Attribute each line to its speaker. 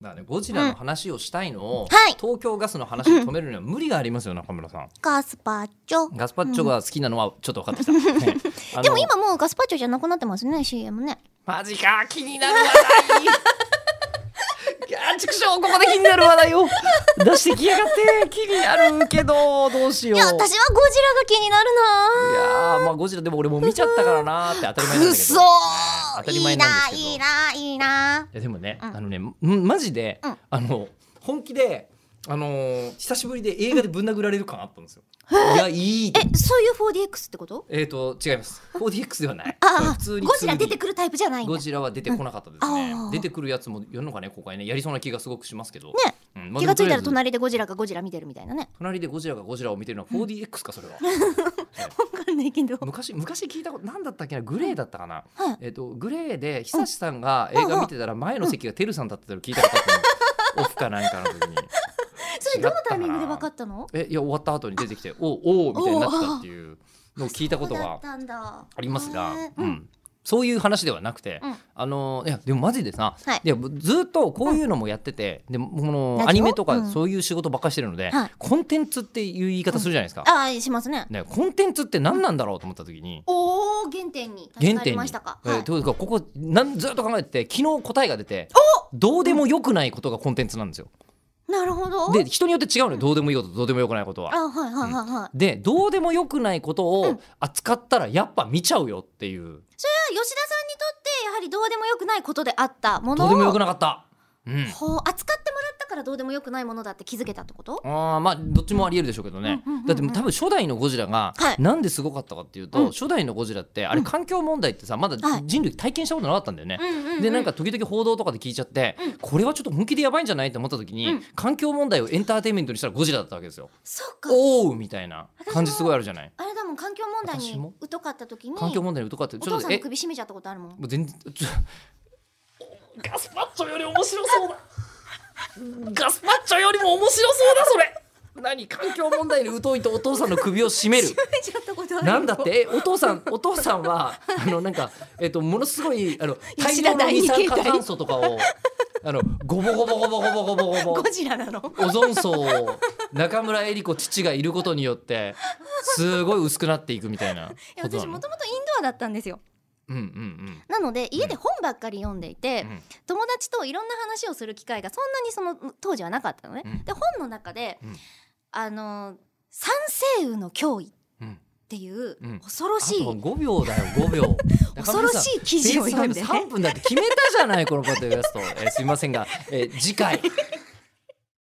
Speaker 1: だからね、ゴジラの話をしたいのを、
Speaker 2: はい
Speaker 1: 東京ガスの話を止めるには無理がありますよ、中村さん。
Speaker 2: ガスパッチョ。
Speaker 1: ガスパッチョが好きなのはちょっと分かってきた。 ねあの
Speaker 2: でも今もうガスパッチョじゃなくなってますね CM ね。
Speaker 1: マジか気になる話題いやー畜生ここで気になる話題を出してきやがって気になるけどどうしよう
Speaker 2: い
Speaker 1: い
Speaker 2: や私はゴジラが気になる
Speaker 1: い
Speaker 2: な
Speaker 1: やーまあゴジラでも俺も見ちゃったからなーって当たり前なんだけ
Speaker 2: く
Speaker 1: ど
Speaker 2: そ
Speaker 1: 当た
Speaker 2: ー
Speaker 1: り
Speaker 2: い
Speaker 1: 前
Speaker 2: い
Speaker 1: な
Speaker 2: な
Speaker 1: で
Speaker 2: ん
Speaker 1: すけど
Speaker 2: いいないいな
Speaker 1: やでもね、
Speaker 2: うん
Speaker 1: あのねんマジで、
Speaker 2: うん
Speaker 1: あの本気であのー久しぶりで映画でぶん殴られる感あったんですよ、いやいい
Speaker 2: えそういう 4DX ってこと
Speaker 1: えっ、と違います 4DX ではない
Speaker 2: ああ
Speaker 1: 普通に
Speaker 2: ゴジラ出て
Speaker 1: く
Speaker 2: くるタイプじゃないんだ
Speaker 1: ゴジラは出てこなかったですね、
Speaker 2: うんあー
Speaker 1: 出てくるやつもやるのかねここにねやりそうな気がすごくしますけど
Speaker 2: ね、
Speaker 1: うんまあ
Speaker 2: 気がついた
Speaker 1: でもと
Speaker 2: ら
Speaker 1: りあえず
Speaker 2: 隣でゴジラがゴジラ見てるみたいなね
Speaker 1: 隣でゴジラがゴジラを見てるのは 4DX かそれは、
Speaker 2: 分かんないけどはい
Speaker 1: 昔昔聞いたこと何だったっけなグレーだったかな、
Speaker 2: はい
Speaker 1: えっとグレーで久志さんが映画見てたら前の席がテルさんだったの聞いたことあった のオフかなんかの時に
Speaker 2: それどのタイミングで分かったの
Speaker 1: えいや終わった後に出てきておおおみたいになってたっていうのを聞いたこと
Speaker 2: そうだっ
Speaker 1: が
Speaker 2: たんだ
Speaker 1: ありますが、
Speaker 2: ね
Speaker 1: う
Speaker 2: うん
Speaker 1: ん、そういう話ではなくて、
Speaker 2: うん
Speaker 1: あのいやでもマジでさ、
Speaker 2: はい
Speaker 1: やずっとこういうのもやってて、でこの
Speaker 2: ラジオ
Speaker 1: アニメと
Speaker 2: う
Speaker 1: か
Speaker 2: ん
Speaker 1: そういう仕事ばっかりしてるので、
Speaker 2: はい
Speaker 1: コンテンツっていう言い方するじゃないですか、
Speaker 2: ああしますね
Speaker 1: ね、コンテンツって何なんだろうと思った時に、
Speaker 2: おお原点に立ち
Speaker 1: 原
Speaker 2: 返り
Speaker 1: 点に、
Speaker 2: ましたか
Speaker 1: え
Speaker 2: は
Speaker 1: ー
Speaker 2: い
Speaker 1: というかここなんずっと考えてて昨日答えが出てどうでもよくないことがコンテンツなんですよ。
Speaker 2: なるほど
Speaker 1: で人によって違うのよどうでもいいこととどうでもよくないこと
Speaker 2: あ
Speaker 1: は。
Speaker 2: はいはいはいはい
Speaker 1: でどうでもよくないこと
Speaker 2: う
Speaker 1: を
Speaker 2: ん
Speaker 1: 扱ったらやっぱ見ちゃうよっていう
Speaker 2: 吉田さんにとってやはりどうでもよくないことであったも
Speaker 1: ど
Speaker 2: のを
Speaker 1: うでもよくなかった。うん、
Speaker 2: ほう扱ってもらったからどうでもよくないものだって気づけたってこと
Speaker 1: あーまあどっちもありえるでしょうけどね、
Speaker 2: うんうんうんうん
Speaker 1: だって多分初代のゴジラが
Speaker 2: はい
Speaker 1: なんですごかったかっていうと、
Speaker 2: うん
Speaker 1: 初代のゴジラってあれ環境問題ってさまだ
Speaker 2: はい
Speaker 1: 人類体験したことなかったんだよね。
Speaker 2: うんうんうん
Speaker 1: でなんか時々報道とかで聞いちゃって、
Speaker 2: うん
Speaker 1: これはちょっと本気でやばいんじゃないと思った時に、
Speaker 2: うん
Speaker 1: 環境問題をエンターテインメントにしたらゴジラだったわけですよ。
Speaker 2: そうか
Speaker 1: おうみたいな感じすごいあるじゃない。
Speaker 2: あれだもん環境問題
Speaker 1: 私も
Speaker 2: に疎かった時に
Speaker 1: 環境問題のとかって
Speaker 2: お
Speaker 1: ちょ
Speaker 2: 父
Speaker 1: っと
Speaker 2: さんの
Speaker 1: え
Speaker 2: 首絞めちゃったことあるもん
Speaker 1: もう全然 ちょおガスパッチョより面白そうだガスパッチョよりも面白そうだそれ何環境問題に疎いとお父さんの首を絞め る
Speaker 2: めちゃったことあ
Speaker 1: なんだってえお父さんお父さんはあのなんかえっとものすごいあの大
Speaker 2: 吉
Speaker 1: 量
Speaker 2: 田
Speaker 1: の
Speaker 2: 第
Speaker 1: 二
Speaker 2: 二形
Speaker 1: 酸
Speaker 2: 態
Speaker 1: 化炭素とかをあのゴボゴボゴボゴボゴボゴボ
Speaker 2: ゴジラなの
Speaker 1: オゾン層を中村江里子父がいることによってすごい薄くなっていくみたいない
Speaker 2: や
Speaker 1: ことなの
Speaker 2: 私もともとインドアだったんですよ
Speaker 1: うんうんうん
Speaker 2: なので家で本ばっかり読んでいて、
Speaker 1: うん
Speaker 2: 友達といろんな話をする機会がそんなにその当時はなかったのね、
Speaker 1: うん
Speaker 2: で本の中で、
Speaker 1: うん
Speaker 2: あの三星雨の脅威っ
Speaker 1: うん
Speaker 2: ていう
Speaker 1: うん
Speaker 2: 恐ろしい、
Speaker 1: あと5秒だよ5秒
Speaker 2: 恐ろしい記事を読んでね
Speaker 1: 3分だって決めたじゃないこのポッドキャスト、えーすいませんが、えー次回